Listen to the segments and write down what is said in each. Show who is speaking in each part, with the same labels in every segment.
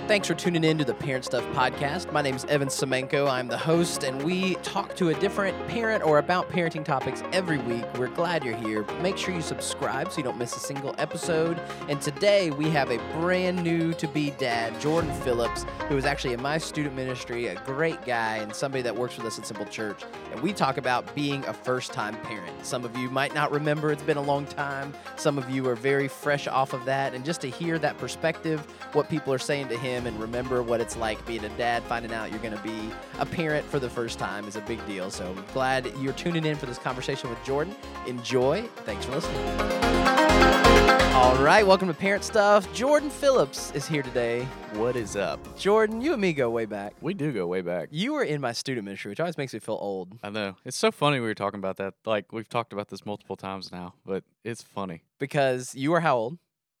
Speaker 1: Thanks for tuning in to the Parent Stuff Podcast. My name is Evan Semenko. I'm the host, and we talk to a different parent or about parenting topics every week. We're glad you're here. Make sure you subscribe so you don't miss a single episode. And today we have a brand new to be dad, Jordan Phillips, who is actually in my student ministry, a great guy, and somebody that works with us at Simple Church. And we talk about being a first time parent. Some of you might not remember, it's been a long time. Some of you are very fresh off of that. And just to hear that perspective, what people are saying to him, and remember what it's like being a dad, finding out you're going to be a parent for the first time is a big deal. So I'm glad you're tuning in for this conversation with Jordan. Enjoy. Thanks for listening. All right, welcome to Parent Stuff. Jordan Phillips is here today.
Speaker 2: What is up?
Speaker 1: Jordan, you and me go way back.
Speaker 2: We do go way back.
Speaker 1: You were in my student ministry, which always makes me feel old
Speaker 2: I know. It's so funny we were talking about that. Like we've talked about this multiple times now, but it's funny.
Speaker 1: because you were how old?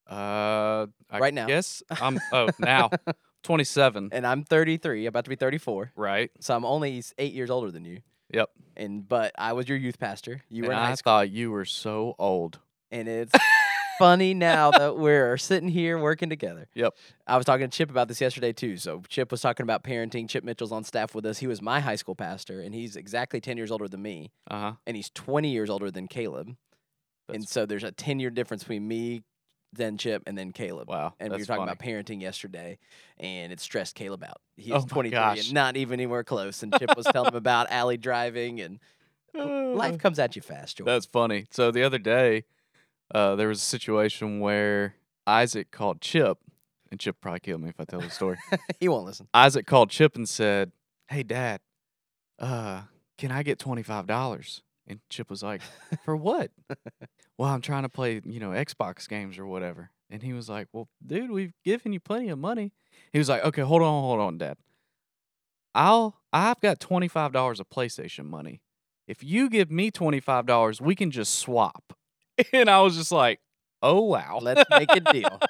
Speaker 2: Uh I
Speaker 1: Right now.
Speaker 2: Yes. I'm oh now. Twenty seven.
Speaker 1: And I'm 33, about to be 34.
Speaker 2: Right.
Speaker 1: So I'm only s- eight years older than you.
Speaker 2: Yep.
Speaker 1: And but I was your youth pastor. You were
Speaker 2: and
Speaker 1: in high
Speaker 2: I
Speaker 1: school,
Speaker 2: thought you were so old.
Speaker 1: and it's funny now that we're sitting here working together.
Speaker 2: Yep.
Speaker 1: I was talking to Chip about this yesterday too. So Chip was talking about parenting. Chip Mitchell's on staff with us. He was my high school pastor, and he's exactly 10 years older than me,
Speaker 2: Uh huh.
Speaker 1: and he's 20 years older than Caleb. and so there's a 10 year difference between me, then Chip, and then Caleb.
Speaker 2: wow.
Speaker 1: and we were
Speaker 2: that's
Speaker 1: talking
Speaker 2: funny.
Speaker 1: about parenting yesterday, and it stressed Caleb out. He's
Speaker 2: Oh my
Speaker 1: 23
Speaker 2: gosh.
Speaker 1: and not even anywhere close. And Chip was telling him about alley driving, and life
Speaker 2: Uh,
Speaker 1: comes at you fast, Jordan.
Speaker 2: That's funny. So the other day, uh, there was a situation where Isaac called Chip, and Chip probably killed me if I tell the story.
Speaker 1: he won't listen.
Speaker 2: Isaac called Chip and said, "Hey, Dad, uh, can I get twenty five dollars?" And Chip was like, "For what?" well, I'm trying to play, you know, Xbox games or whatever. And he was like, "Well, dude, we've given you plenty of money." He was like, "Okay, hold on, hold on, Dad. I'll I've got twenty five dollars of PlayStation money. If you give me twenty five dollars, we can just swap." And I was just like, "Oh wow,
Speaker 1: Let's make a deal.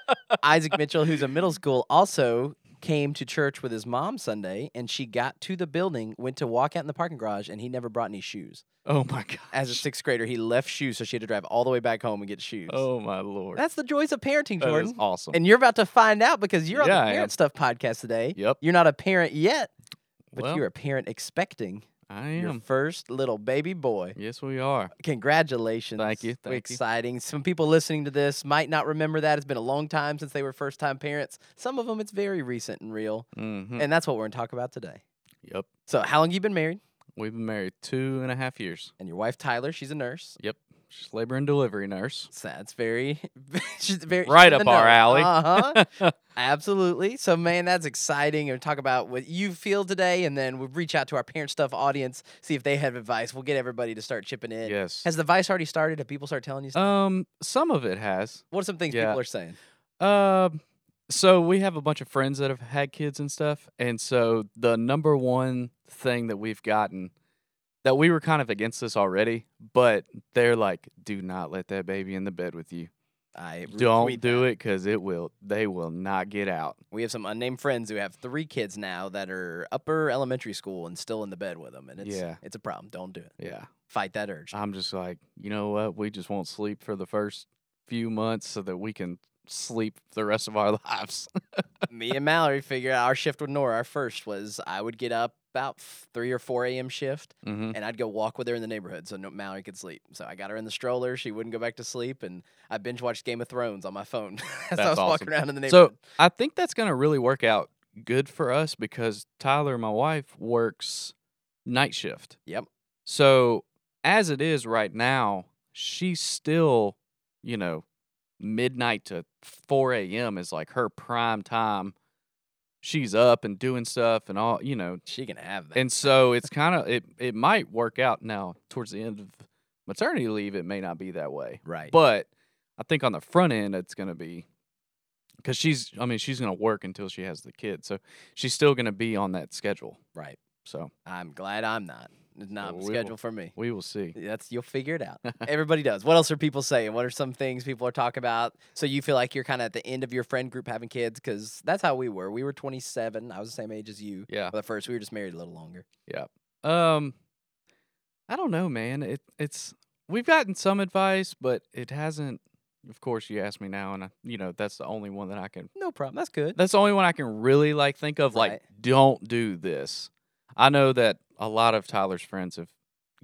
Speaker 1: Isaac Mitchell, who's in middle school, also came to church with his mom Sunday, and she got to the building, went to walk out in the parking garage, and he never brought any shoes.
Speaker 2: oh my god,
Speaker 1: As a sixth grader, he left shoes, so she had to drive all the way back home and get shoes.
Speaker 2: oh my lord,
Speaker 1: That's the joys of parenting,
Speaker 2: That
Speaker 1: Jordan.
Speaker 2: is awesome."
Speaker 1: And you're about to find out because you're on
Speaker 2: Yeah, I
Speaker 1: the
Speaker 2: am.
Speaker 1: Parent Stuff podcast today.
Speaker 2: yep,
Speaker 1: You're not a parent yet, but
Speaker 2: Well,
Speaker 1: you're a parent expecting
Speaker 2: I
Speaker 1: your
Speaker 2: am.
Speaker 1: first little baby boy.
Speaker 2: Yes, we are.
Speaker 1: Congratulations.
Speaker 2: Thank you,
Speaker 1: We're
Speaker 2: thank you.
Speaker 1: Exciting. Some people listening to this might not remember that. It's been a long time since they were first time parents. Some of them it's very recent and real.
Speaker 2: Mm-hmm.
Speaker 1: And that's what we're going to talk about today.
Speaker 2: Yep.
Speaker 1: So, how long you been married?
Speaker 2: We've been married two and a half years.
Speaker 1: And your wife Tyler, she's a nurse.
Speaker 2: She's labor and delivery nurse.
Speaker 1: So that's very, she's very she's
Speaker 2: Right
Speaker 1: in the
Speaker 2: up our
Speaker 1: know.
Speaker 2: alley.
Speaker 1: Uh-huh. Absolutely. So, man, that's exciting. And talk about what you feel today, and then we'll reach out to our parent stuff audience, see if they have advice. We'll get everybody to start chipping in.
Speaker 2: yes.
Speaker 1: Has the vice already started? Have people start telling you? Stuff?
Speaker 2: Um, some of it has.
Speaker 1: what are some things
Speaker 2: yeah.
Speaker 1: people are saying?
Speaker 2: Um, so we have a bunch of friends that have had kids and stuff, and so the number one thing that we've gotten that we were kind of against this already, but they're like, "Do not let that baby in the bed with you.
Speaker 1: I
Speaker 2: Don't
Speaker 1: retweet
Speaker 2: do
Speaker 1: that.
Speaker 2: it, cause it will. They will not get out."
Speaker 1: We have some unnamed friends who have three kids now that are upper elementary school and still in the bed with them, and it's
Speaker 2: Yeah. Uh,
Speaker 1: it's a problem. Don't do it.
Speaker 2: Yeah.
Speaker 1: Fight that urge.
Speaker 2: I'm just like, you know what? We just won't sleep for the first few months so that we can sleep the rest of our lives.
Speaker 1: me and Mallory figured out our shift with Nora. Our first was I would get up about f- three or four a.m. shift.
Speaker 2: mm-hmm.
Speaker 1: and I'd go walk with her in the neighborhood so no, Mallory could sleep. So I got her in the stroller. She wouldn't go back to sleep, and I binge watched Game of Thrones on my phone as I
Speaker 2: That's
Speaker 1: was walking
Speaker 2: awesome.
Speaker 1: around in the
Speaker 2: So
Speaker 1: neighborhood.
Speaker 2: I think that's going to really work out good for us because Tyler, my wife, works night shift.
Speaker 1: Yep.
Speaker 2: So as it is right now, she's still, you know, midnight to 4 a.m. is like her prime time. She's up and doing stuff and all, you know,
Speaker 1: she can have that.
Speaker 2: and so it's kind of it it might work out now towards the end of maternity leave it may not be that way
Speaker 1: right.
Speaker 2: but i think on the front end it's going to be because she's i mean she's going to work until she has the kid so she's still going to be on that schedule
Speaker 1: right.
Speaker 2: so
Speaker 1: I'm glad I'm not. It's not
Speaker 2: Well, we will-
Speaker 1: scheduled for me.
Speaker 2: we will see
Speaker 1: That's you'll figure it out. Everybody does. What else are people saying? What are some things people are talking about? So you feel like you're kind of at the end of your friend group having kids because that's how we were. We were 27. I was the same age as you.
Speaker 2: yeah
Speaker 1: But first, we were just married a little longer.
Speaker 2: um i don't know man it it's we've gotten some advice but it hasn't of course you asked me now, and I, you know that's the only one that I can.
Speaker 1: No problem. That's good.
Speaker 2: That's the only one I can really like think of. Like,
Speaker 1: Right.
Speaker 2: don't do this. I know that a lot of Tyler's friends have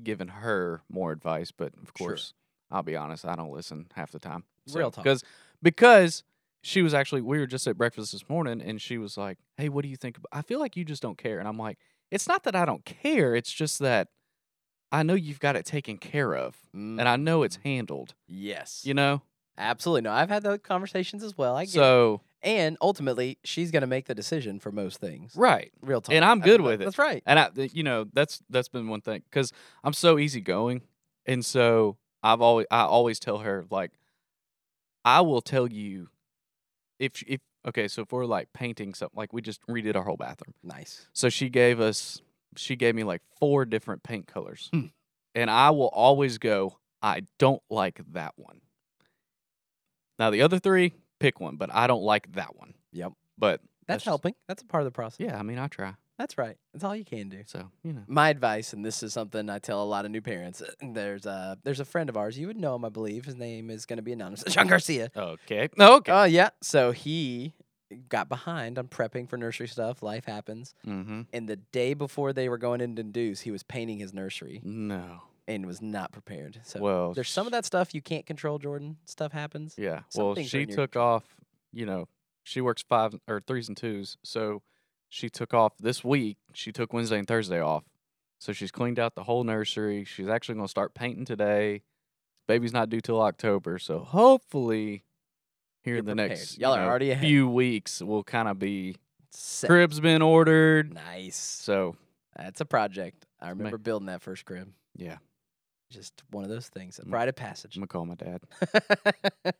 Speaker 2: given her more advice, but of
Speaker 1: Sure.
Speaker 2: course, I'll be honest, I don't listen half the time.
Speaker 1: Real talk.
Speaker 2: because because she was actually we were just at breakfast this morning, and she was like, "Hey, what do you think? About, I feel like you just don't care," and I'm like, "It's not that I don't care. It's just that." I know you've got it taken care of, and I know it's handled.
Speaker 1: Mm, yes,
Speaker 2: You know,
Speaker 1: absolutely. No, I've had those conversations as well. I get. it.
Speaker 2: so
Speaker 1: And ultimately, she's going to make the decision for most things.
Speaker 2: right,
Speaker 1: Real talk.
Speaker 2: And I'm
Speaker 1: I
Speaker 2: good
Speaker 1: mean,
Speaker 2: with it.
Speaker 1: That's right.
Speaker 2: and I, th- you know, that's that's been one thing because I'm so easygoing, and so I've always I always tell her like, I will tell you if sh- if okay, so if we're like painting something, like we just redid our whole bathroom,
Speaker 1: Nice.
Speaker 2: so she gave us she gave me like four different paint colors,
Speaker 1: Hmm.
Speaker 2: and I will always go, I don't like that one. Now the other three, pick one, but I don't like that one.
Speaker 1: Yep.
Speaker 2: But
Speaker 1: That's,
Speaker 2: That's just-
Speaker 1: helping. That's a part of the process.
Speaker 2: yeah, I mean, I try.
Speaker 1: That's right. That's all you can do.
Speaker 2: So you know,
Speaker 1: My advice, and this is something I tell a lot of new parents. uh, There's a there's a friend of ours. You would know him, I believe. His name is going to be anonymous. John Garcia.
Speaker 2: okay, no, okay.
Speaker 1: Oh yeah. So he got behind on prepping for nursery stuff. Life happens.
Speaker 2: mm-hmm.
Speaker 1: And the day before they were going in to induce, he was painting his nursery
Speaker 2: No.
Speaker 1: and was not prepared. So
Speaker 2: well,
Speaker 1: there's some of
Speaker 2: Mm. sh-
Speaker 1: that stuff you can't control, Jordan. Stuff happens.
Speaker 2: Yeah.
Speaker 1: some
Speaker 2: Well,
Speaker 1: things are
Speaker 2: she
Speaker 1: in your
Speaker 2: took off. You know, she works five or threes and twos, so she took off this week. She took Wednesday and Thursday off, so she's cleaned out the whole nursery. She's actually going to start painting today. Baby's not due till October, so hopefully, here
Speaker 1: You're
Speaker 2: in the
Speaker 1: prepared.
Speaker 2: next you
Speaker 1: Y'all are
Speaker 2: know,
Speaker 1: already ahead.
Speaker 2: few weeks, we'll kind of be
Speaker 1: Set.
Speaker 2: crib's been ordered,
Speaker 1: Nice.
Speaker 2: so
Speaker 1: That's a project. I remember building that first crib.
Speaker 2: yeah,
Speaker 1: Just one of those things, a
Speaker 2: Mm.
Speaker 1: rite of passage.
Speaker 2: I'm gonna call my dad.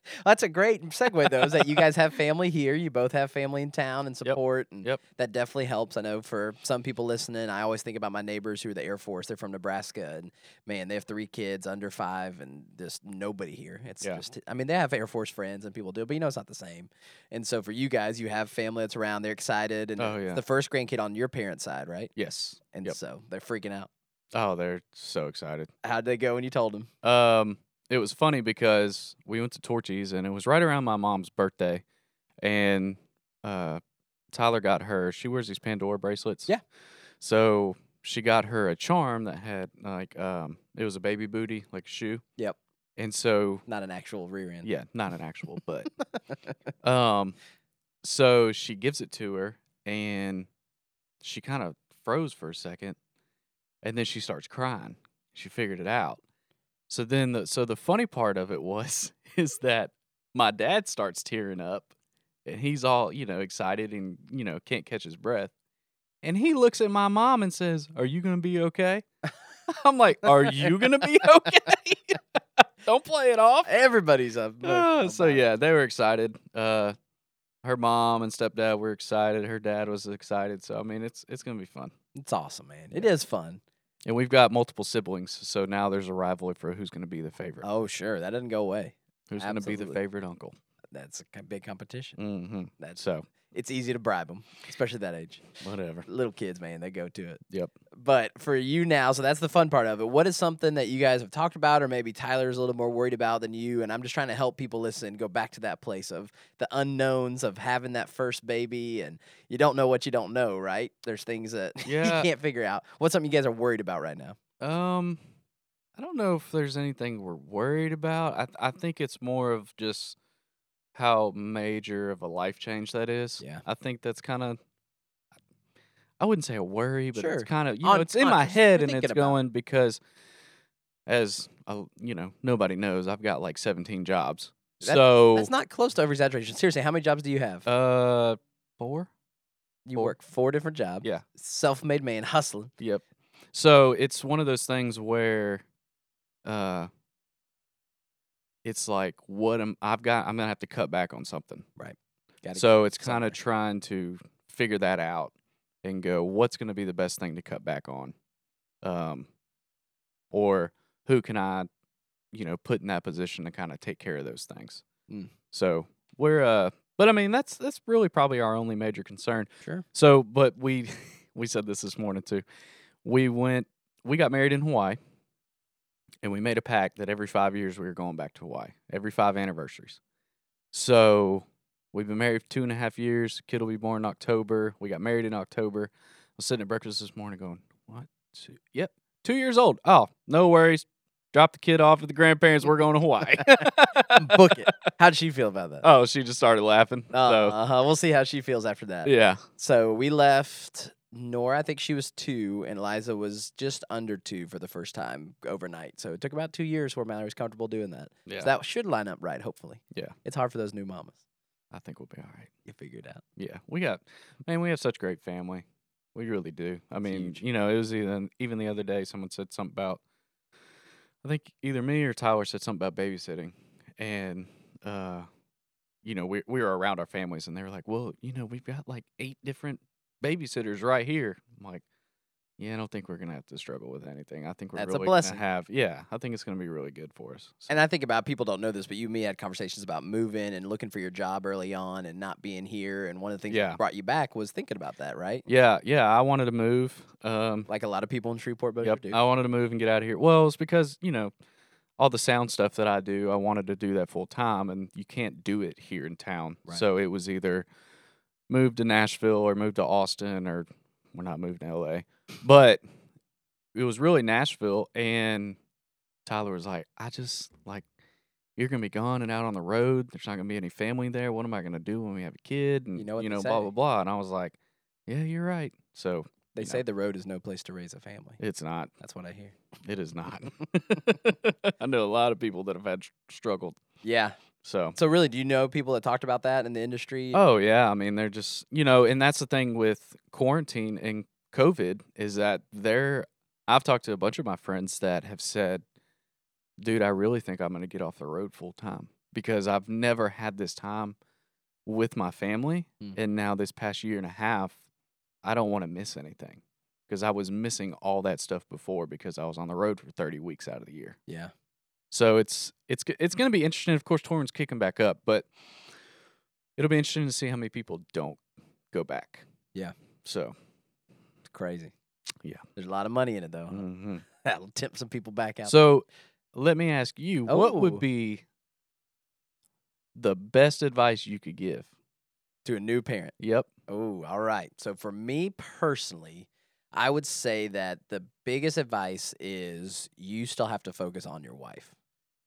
Speaker 1: That's a great segue, though, is that you guys have family here. You both have family in town and support, and
Speaker 2: Yep.
Speaker 1: that definitely helps. I know for some people listening, I always think about my neighbors who are the Air Force. They're from Nebraska, and man, they have three kids under five, and just nobody here. It's
Speaker 2: Yeah.
Speaker 1: just, I mean, they have Air Force friends and people do, but you know, it's not the same. And so for you guys, you have family that's around. They're excited, and
Speaker 2: Oh,
Speaker 1: it's
Speaker 2: yeah.
Speaker 1: the first grandkid on your parents' side, right?
Speaker 2: Yes.
Speaker 1: And
Speaker 2: Yep.
Speaker 1: so they're freaking out.
Speaker 2: Oh, they're so excited.
Speaker 1: How'd they go when you told them?
Speaker 2: Um, it was funny because we went to Torchy's and it was right around my mom's birthday, and uh, Tyler got her. She wears these Pandora bracelets.
Speaker 1: Yeah.
Speaker 2: So she got her a charm that had like um, it was a baby booty, like a shoe.
Speaker 1: Yep.
Speaker 2: And so
Speaker 1: Not an actual rear end.
Speaker 2: yeah, not an actual, but um, so she gives it to her and she kind of froze for a second, and then she starts crying. She figured it out. So then, the, so the funny part of it was is that my dad starts tearing up, and he's all you know excited and you know can't catch his breath, and he looks at my mom and says, "Are you gonna be okay?" I'm like, "Are you gonna be okay?" Don't play it off.
Speaker 1: Everybody's up.
Speaker 2: Oh, so yeah, they were excited. Uh, her mom and stepdad were excited. Her dad was excited. So I mean, it's it's gonna be fun.
Speaker 1: It's awesome, man. It is fun.
Speaker 2: And we've got multiple siblings, so now there's a rivalry for who's gonna be the favorite.
Speaker 1: Oh, sure. That doesn't go away.
Speaker 2: who's gonna be
Speaker 1: absolutely.
Speaker 2: the favorite uncle?
Speaker 1: That's a co- big competition.
Speaker 2: hmm
Speaker 1: That's
Speaker 2: So
Speaker 1: it's easy to bribe them, especially that age.
Speaker 2: whatever.
Speaker 1: Little kids, man, they go to it.
Speaker 2: Yep.
Speaker 1: But for you now, so that's the fun part of it. What is something that you guys have talked about, or maybe Tyler's a little more worried about than you? And I'm just trying to help people listen, go back to that place of the unknowns of having that first baby, and you don't know what you don't know, right? There's things that
Speaker 2: Yeah.
Speaker 1: you can't figure out. What's something you guys are worried about right now?
Speaker 2: Um, I don't know if there's anything we're worried about. I th- I think it's more of just how major of a life change that is.
Speaker 1: Yeah.
Speaker 2: I think that's kind of. I wouldn't say a worry, but
Speaker 1: Sure.
Speaker 2: it's kind of you know it's in my
Speaker 1: Unconscious.
Speaker 2: head
Speaker 1: You're
Speaker 2: and
Speaker 1: thinking
Speaker 2: it's
Speaker 1: about it.
Speaker 2: going because, as a, you know, nobody knows I've got like 17 jobs.
Speaker 1: That-
Speaker 2: so
Speaker 1: That's not close to over exaggeration. Seriously, how many jobs do you have?
Speaker 2: uh four.
Speaker 1: you
Speaker 2: four.
Speaker 1: work four different jobs.
Speaker 2: Yeah.
Speaker 1: Self-made man hustling.
Speaker 2: Yep. So it's one of those things where uh it's like what am I've got I'm gonna have to cut back on something.
Speaker 1: Gotta
Speaker 2: so it's
Speaker 1: somewhere.
Speaker 2: kind of trying to figure that out and go, what's gonna be the best thing to cut back on? Um or who can I, you know, put in that position to kind of take care of those things.
Speaker 1: Mm.
Speaker 2: So we're uh but I mean that's that's really probably our only major concern.
Speaker 1: Sure.
Speaker 2: So, but we we said this this morning too. We went we got married in Hawaii, and we made a pact that every five years we were going back to Hawaii, every five anniversaries. So we've been married for two and a half years. Kid will be born in October. We got married in October. I was sitting at breakfast this morning going, What? Two- Yep, two years old. Oh, no worries. Drop the kid off at the grandparents. We're going to Hawaii.
Speaker 1: Book it. How does she feel about that?
Speaker 2: oh, she just started laughing.
Speaker 1: Uh, uh-huh. We'll see how she feels after that.
Speaker 2: so, yeah.
Speaker 1: So we left Nora, I think she was two, and Liza was just under two for the first time overnight. So it took about two years where Mallory's comfortable doing that.
Speaker 2: Yeah.
Speaker 1: So that should line up right, hopefully.
Speaker 2: Yeah.
Speaker 1: It's hard for those new mamas.
Speaker 2: I think we'll be all right.
Speaker 1: You figured out.
Speaker 2: Yeah, we got man, we have such great family. We really do. I mean,
Speaker 1: huge.
Speaker 2: you know, it was even even the other day someone said something about I think either me or Tyler said something about babysitting, and uh, you know, we we were around our families, and they were like, "Well, you know, we've got like eight different babysitters right here." I'm like, "Yeah, I don't think we're gonna have to struggle with anything. I think we're
Speaker 1: That's a
Speaker 2: really
Speaker 1: blessing.
Speaker 2: gonna have, yeah, I think it's gonna be really good for us." So-
Speaker 1: And I think about people don't know this, but you and me had conversations about moving and looking for your job early on and not being here. And one of the things
Speaker 2: Yeah.
Speaker 1: that brought you back was thinking about that, right?
Speaker 2: yeah, yeah, I wanted to move. Um,
Speaker 1: Like a lot of people in Shreveport, Bossier
Speaker 2: Yep. Oh,
Speaker 1: do.
Speaker 2: I wanted to move and get out of here. Well, it's because, you know, all the sound stuff that I do, I wanted to do that full time and you can't do it here in town.
Speaker 1: Right.
Speaker 2: So it was either move to Nashville or move to Austin or we're not moving to LA. But it was really Nashville and Tyler was like, I just like you're gonna be gone and out on the road. There's not gonna be any family there. What am I gonna do when we have a kid? And
Speaker 1: know what
Speaker 2: you
Speaker 1: they
Speaker 2: know, blah
Speaker 1: say.
Speaker 2: blah blah. And I was like, Yeah, you're right. So
Speaker 1: They
Speaker 2: you know.
Speaker 1: say the road is no place to raise a family.
Speaker 2: it's not
Speaker 1: That's what I hear.
Speaker 2: it is not. I know a lot of people that have had str- struggled.
Speaker 1: Yeah.
Speaker 2: So,
Speaker 1: So really, do you know people that talked about that in the industry?
Speaker 2: oh yeah, I mean they're just you know, and that's the thing with quarantine and COVID is that they're. I've talked to a bunch of my friends that have said, "Dude, I really think I'm going to get off the road full time because I've never had this time with my family,
Speaker 1: Mm.
Speaker 2: and now this past year and a half, I don't want to miss anything." Because I was missing all that stuff before because I was on the road for 30 weeks out of the year.
Speaker 1: Yeah.
Speaker 2: So it's it's g- it's going to be interesting. Of course, Torrin's kicking back up, but it'll be interesting to see how many people don't go back.
Speaker 1: Yeah.
Speaker 2: So
Speaker 1: It's crazy.
Speaker 2: Yeah.
Speaker 1: There's a lot of money in it though. huh?
Speaker 2: mhm.
Speaker 1: That'll tempt some people back out.
Speaker 2: so let me ask you, what
Speaker 1: Oh.
Speaker 2: would be the best advice you could give?
Speaker 1: to a new parent.
Speaker 2: Yep.
Speaker 1: Oh, all right. So for me personally, I would say that the biggest advice is you still have to focus on your wife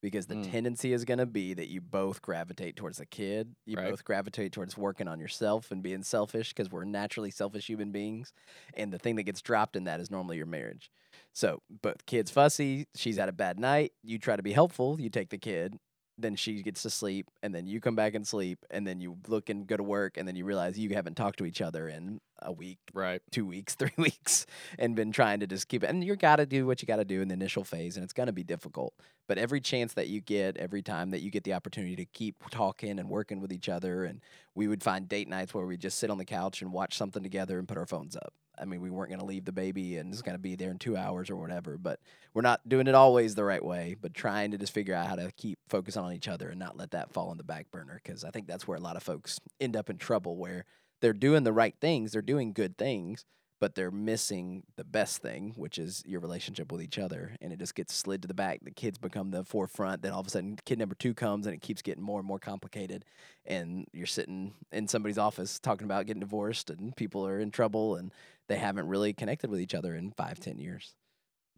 Speaker 1: because the
Speaker 2: Mm.
Speaker 1: tendency is going to be that you both gravitate towards the kid, you
Speaker 2: Right.
Speaker 1: both gravitate towards working on yourself and being selfish because we're naturally selfish human beings, and the thing that gets dropped in that is normally your marriage. So, both kids fussy, she's had a bad night, you try to be helpful, you take the kid, then she gets to sleep and then you come back and sleep and then you look and go to work and then you realize you haven't talked to each other in a week
Speaker 2: Right.
Speaker 1: two weeks three weeks and been trying to just keep it and you gotta do what you gotta do in the initial phase and it's gonna be difficult but every chance that you get every time that you get the opportunity to keep talking and working with each other and we would find date nights where we just sit on the couch and watch something together and put our phones up i mean we weren't gonna leave the baby and it's gonna be there in two hours or whatever but we're not doing it always the right way, but trying to just figure out how to keep focusing on each other and not let that fall on the back burner. Because I think that's where a lot of folks end up in trouble, where they're doing the right things, they're doing good things, but they're missing the best thing, which is your relationship with each other. And it just gets slid to the back. The kids become the forefront. Then all of a sudden, kid number two comes and it keeps getting more and more complicated. And you're sitting in somebody's office talking about getting divorced, and people are in trouble and they haven't really connected with each other in five, ten years.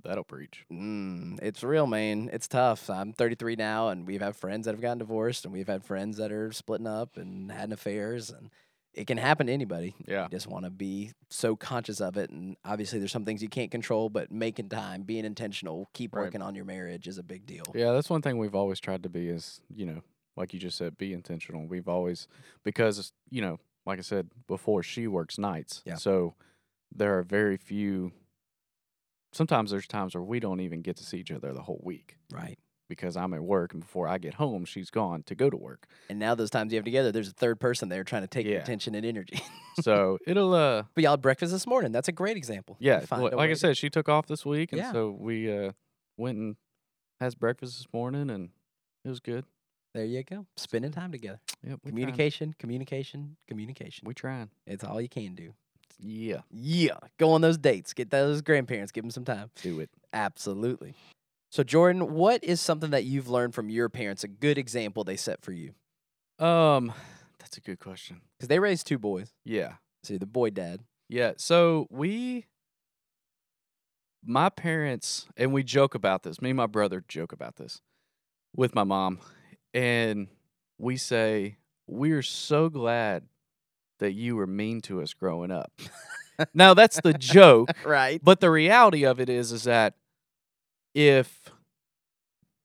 Speaker 2: That'll preach.
Speaker 1: Mm, it's real, man. It's tough. I'm 33 now, and we've had friends that have gotten divorced, and we've had friends that are splitting up and had affairs, and it can happen to anybody.
Speaker 2: Yeah.
Speaker 1: You just want to be so conscious of it, and obviously, there's some things you can't control, but making time, being intentional, keep
Speaker 2: Right.
Speaker 1: working on your marriage is a big deal.
Speaker 2: Yeah, that's one thing we've always tried to be is, you know, like you just said, be intentional. We've always because you know, like I said before, she works nights.
Speaker 1: Yeah.
Speaker 2: So there are very few sometimes there's times where we don't even get to see each other the whole week
Speaker 1: Right.
Speaker 2: because I'm at work and before I get home she's gone to go to work.
Speaker 1: And now those times you have together, there's a third person there trying to take your
Speaker 2: Yeah.
Speaker 1: attention and energy.
Speaker 2: So it'll uh
Speaker 1: but y'all had breakfast this morning. That's a great example. You
Speaker 2: yeah,
Speaker 1: find
Speaker 2: li-
Speaker 1: a
Speaker 2: like
Speaker 1: way
Speaker 2: I
Speaker 1: to-
Speaker 2: said, she took off this week and
Speaker 1: Yeah.
Speaker 2: so we uh went and has breakfast this morning and it was good.
Speaker 1: there you go. Spending time together.
Speaker 2: Yep. we trying.
Speaker 1: Communication, communication, communication.
Speaker 2: We trying.
Speaker 1: It's all you can do.
Speaker 2: Yeah.
Speaker 1: Yeah, go on those dates. Get those grandparents. Give them some time.
Speaker 2: Do it.
Speaker 1: Absolutely. So, Jordan, what is something that you've learned from your parents, a good example they set for you?
Speaker 2: Um, that's a good question.
Speaker 1: Because they raised two boys.
Speaker 2: Yeah.
Speaker 1: See, the boy dad.
Speaker 2: Yeah. So we, my parents, and we joke about this. Me and my brother joke about this with my mom. And we say, We're so glad that you were mean to us growing up. now, that's the joke.
Speaker 1: Right.
Speaker 2: But the reality of it is, is that if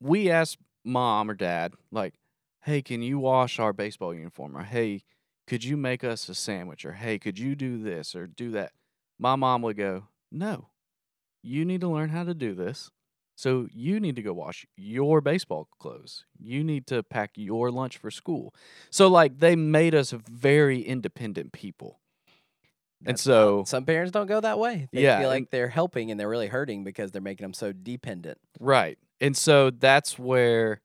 Speaker 2: we ask mom or dad, like, hey, can you wash our baseball uniform? Or hey, could you make us a sandwich? Or hey, could you do this or do that? My mom would go, no, you need to learn how to do this. So you need to go wash your baseball clothes. You need to pack your lunch for school. So, like, they made us very independent people. and
Speaker 1: That's
Speaker 2: so,
Speaker 1: Some parents don't go that way. They
Speaker 2: Yeah,
Speaker 1: feel like
Speaker 2: and-
Speaker 1: they're helping and they're really hurting because they're making them so dependent.
Speaker 2: Right. And so that's where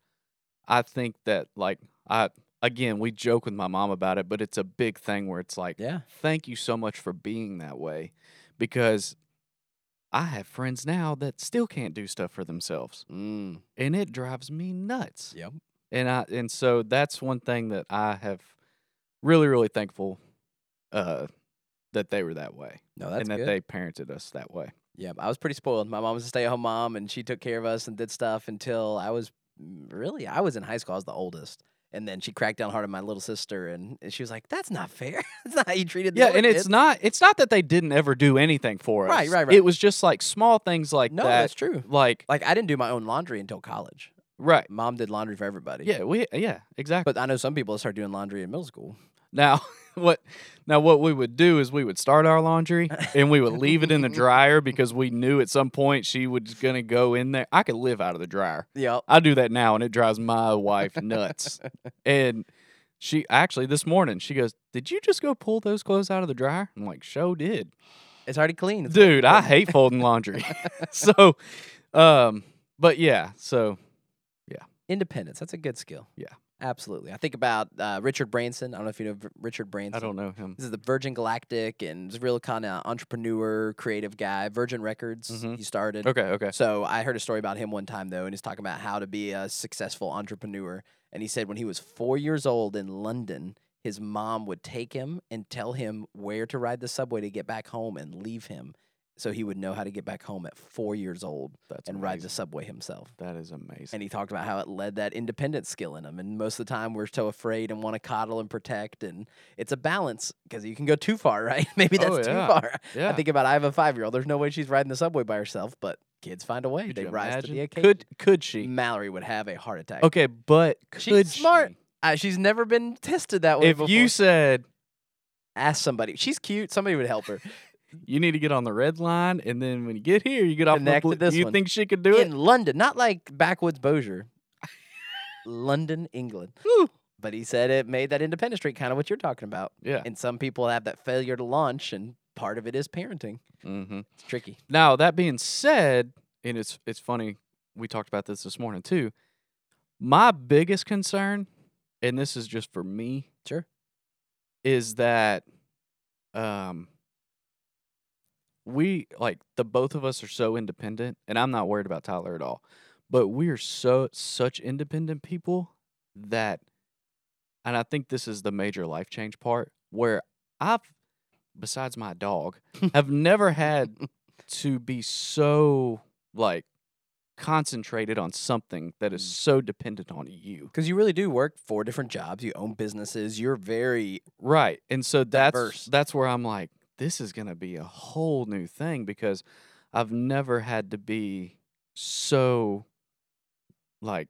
Speaker 2: I think that like I again, we joke with my mom about it, but it's a big thing where it's like,
Speaker 1: Yeah.
Speaker 2: thank you so much for being that way because I have friends now that still can't do stuff for themselves,
Speaker 1: Mm.
Speaker 2: and it drives me nuts.
Speaker 1: Yep.
Speaker 2: And I and so that's one thing that I have really really thankful uh that they were that way
Speaker 1: No, that's
Speaker 2: and that
Speaker 1: good.
Speaker 2: they parented us that way.
Speaker 1: Yeah, I was pretty spoiled. My mom was a stay-at-home mom, and she took care of us and did stuff until I was mm, really I was in high school. I was the oldest, and then she cracked down hard on my little sister, and, and she was like, "That's not fair. That's not how you treated." the
Speaker 2: Yeah,
Speaker 1: other
Speaker 2: and it's
Speaker 1: kids."
Speaker 2: not it's not that they didn't ever do anything for us.
Speaker 1: Right, right, right.
Speaker 2: It was just like small things like
Speaker 1: no,
Speaker 2: that.
Speaker 1: that's true.
Speaker 2: Like
Speaker 1: Like I didn't do my own laundry until college.
Speaker 2: right.
Speaker 1: Mom did laundry for everybody.
Speaker 2: Yeah, we yeah, exactly.
Speaker 1: but I know some people start doing laundry in middle school.
Speaker 2: now what now what we would do is we would start our laundry and we would leave it in the dryer because we knew at some point she was gonna go in there. I could live out of the dryer.
Speaker 1: Yep.
Speaker 2: I do that now and it drives my wife nuts. and she actually this morning she goes, Did you just go pull those clothes out of the dryer? I'm like, Show did.
Speaker 1: It's already clean. It's
Speaker 2: Dude, I
Speaker 1: already clean.
Speaker 2: hate folding laundry. so, um, but yeah, so
Speaker 1: independence. That's a good skill.
Speaker 2: Yeah.
Speaker 1: Absolutely. I think about uh, Richard Branson. I don't know if you know V- Richard Branson.
Speaker 2: I don't know him.
Speaker 1: This is the Virgin Galactic and he's a real kind of entrepreneur, creative guy. Virgin Records,
Speaker 2: Mhm.
Speaker 1: he started.
Speaker 2: Okay, okay.
Speaker 1: So I heard a story about him one time though, and he's talking about how to be a successful entrepreneur. And he said when he was four years old in London, his mom would take him and tell him where to ride the subway to get back home and leave him, so he would know how to get back home at four years old
Speaker 2: That's
Speaker 1: and ride the subway himself.
Speaker 2: That is amazing.
Speaker 1: And he talked about how it led that independent skill in him. And most of the time, we're so afraid and want to coddle and protect. And it's a balance because you can go too far, right? Maybe that's
Speaker 2: Oh,
Speaker 1: too
Speaker 2: yeah.
Speaker 1: far.
Speaker 2: Yeah.
Speaker 1: I think about I have a five year old. There's no way she's riding the subway by herself, but kids find a way.
Speaker 2: could
Speaker 1: they
Speaker 2: you
Speaker 1: rise to
Speaker 2: imagine?
Speaker 1: the occasion.
Speaker 2: Could could she?
Speaker 1: Mallory would have a heart attack.
Speaker 2: Okay, but could
Speaker 1: She's smart. Uh, she's never been tested that
Speaker 2: she?
Speaker 1: way
Speaker 2: If
Speaker 1: before.
Speaker 2: you said
Speaker 1: Ask somebody. She's cute. Somebody would help her.
Speaker 2: you need to get on the red line, and then when you get here, you get off
Speaker 1: Connect to
Speaker 2: the blue.
Speaker 1: this
Speaker 2: you
Speaker 1: one.
Speaker 2: think she could do
Speaker 1: in
Speaker 2: it?
Speaker 1: London, not like backwoods Bossier. London, England.
Speaker 2: Whew.
Speaker 1: But he said it made that independent street kind of what you're talking about.
Speaker 2: Yeah.
Speaker 1: And some people have that failure to launch, and part of it is parenting.
Speaker 2: Mm-hmm.
Speaker 1: It's tricky.
Speaker 2: Now that being said, and it's it's funny we talked about this this morning too. My biggest concern, and this is just for me,
Speaker 1: Sure.
Speaker 2: is that um we like the both of us are so independent and I'm not worried about Tyler at all. But we are so such independent people that and I think this is the major life change part where I've besides my dog have never had to be so like concentrated on something that is
Speaker 1: Mm.
Speaker 2: so dependent on you.
Speaker 1: Because you really do work four different jobs, you own businesses, you're very
Speaker 2: Right. And so that's
Speaker 1: Diverse.
Speaker 2: that's where I'm like, this is gonna be a whole new thing because I've never had to be so like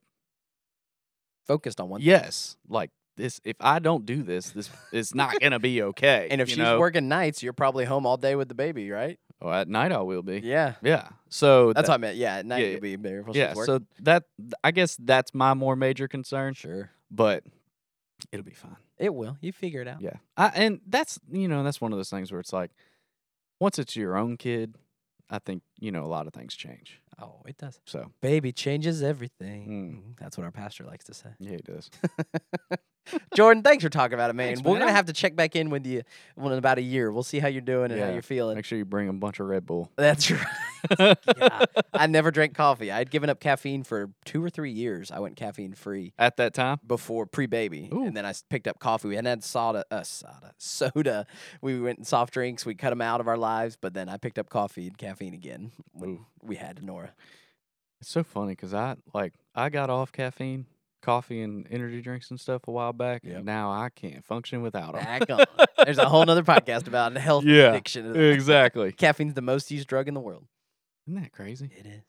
Speaker 1: focused on one. thing.
Speaker 2: yes, like this if I don't do this, this is not gonna be okay.
Speaker 1: And if
Speaker 2: you
Speaker 1: she's
Speaker 2: know?
Speaker 1: working nights, you're probably home all day with the baby, right?
Speaker 2: oh, at night I will be. Yeah.
Speaker 1: Yeah.
Speaker 2: So
Speaker 1: That's
Speaker 2: tha-
Speaker 1: what I meant. Yeah. At night,
Speaker 2: yeah,
Speaker 1: you'll be there. while she's
Speaker 2: yeah,
Speaker 1: working.
Speaker 2: so that I guess that's my more major concern,
Speaker 1: sure.
Speaker 2: but it'll be fine.
Speaker 1: It will. You figure it out.
Speaker 2: Yeah. I, and that's, you know, that's one of those things where it's like, once it's your own kid, I think, you know, a lot of things change.
Speaker 1: Oh, it does.
Speaker 2: So,
Speaker 1: Baby changes everything. Mm, That's what our pastor likes to say.
Speaker 2: yeah, it does.
Speaker 1: Jordan, thanks for talking about it, man.
Speaker 2: Thanks,
Speaker 1: We're
Speaker 2: man.
Speaker 1: gonna
Speaker 2: I'm-
Speaker 1: have to check back in with you well, in about a year. We'll see how you're doing and how
Speaker 2: Yeah.
Speaker 1: you're feeling.
Speaker 2: Make sure you bring a bunch of Red Bull.
Speaker 1: That's right. Yeah. I never drank coffee. I had given up caffeine for two or three years. I went caffeine free
Speaker 2: At that time,
Speaker 1: before pre-baby,
Speaker 2: Ooh.
Speaker 1: and then I s- picked up coffee. We hadn't had soda, uh, soda, soda. We went and soft drinks. We cut them out of our lives, but then I picked up coffee and caffeine again when
Speaker 2: Ooh.
Speaker 1: we had Nora.
Speaker 2: it's so funny because I like I got off caffeine, coffee, and energy drinks and stuff a while back.
Speaker 1: Yep.
Speaker 2: And now I can't function without them.
Speaker 1: Back on. There's a whole nother podcast about health
Speaker 2: Oh. Yeah,
Speaker 1: addiction.
Speaker 2: exactly.
Speaker 1: Caffeine's the most used drug in the world.
Speaker 2: Isn't that crazy?
Speaker 1: It is.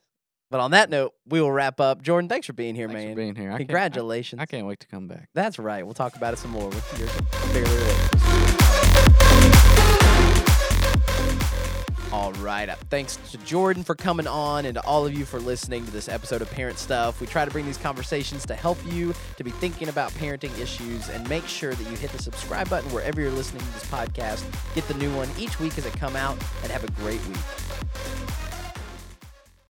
Speaker 1: But on that note, we will wrap up. Jordan, thanks for being here,
Speaker 2: Thanks
Speaker 1: man.
Speaker 2: for being here. I can't- I-
Speaker 1: Congratulations.
Speaker 2: I can't wait to come back.
Speaker 1: That's right. We'll talk about it some more. What's your barely Late? All right. Uh, Thanks to Jordan for coming on and to all of you for listening to this episode of Parent Stuff. We try to bring these conversations to help you to be thinking about parenting issues and make sure that you hit the subscribe button wherever you're listening to this podcast. Get the new one each week as it come out and have a great week.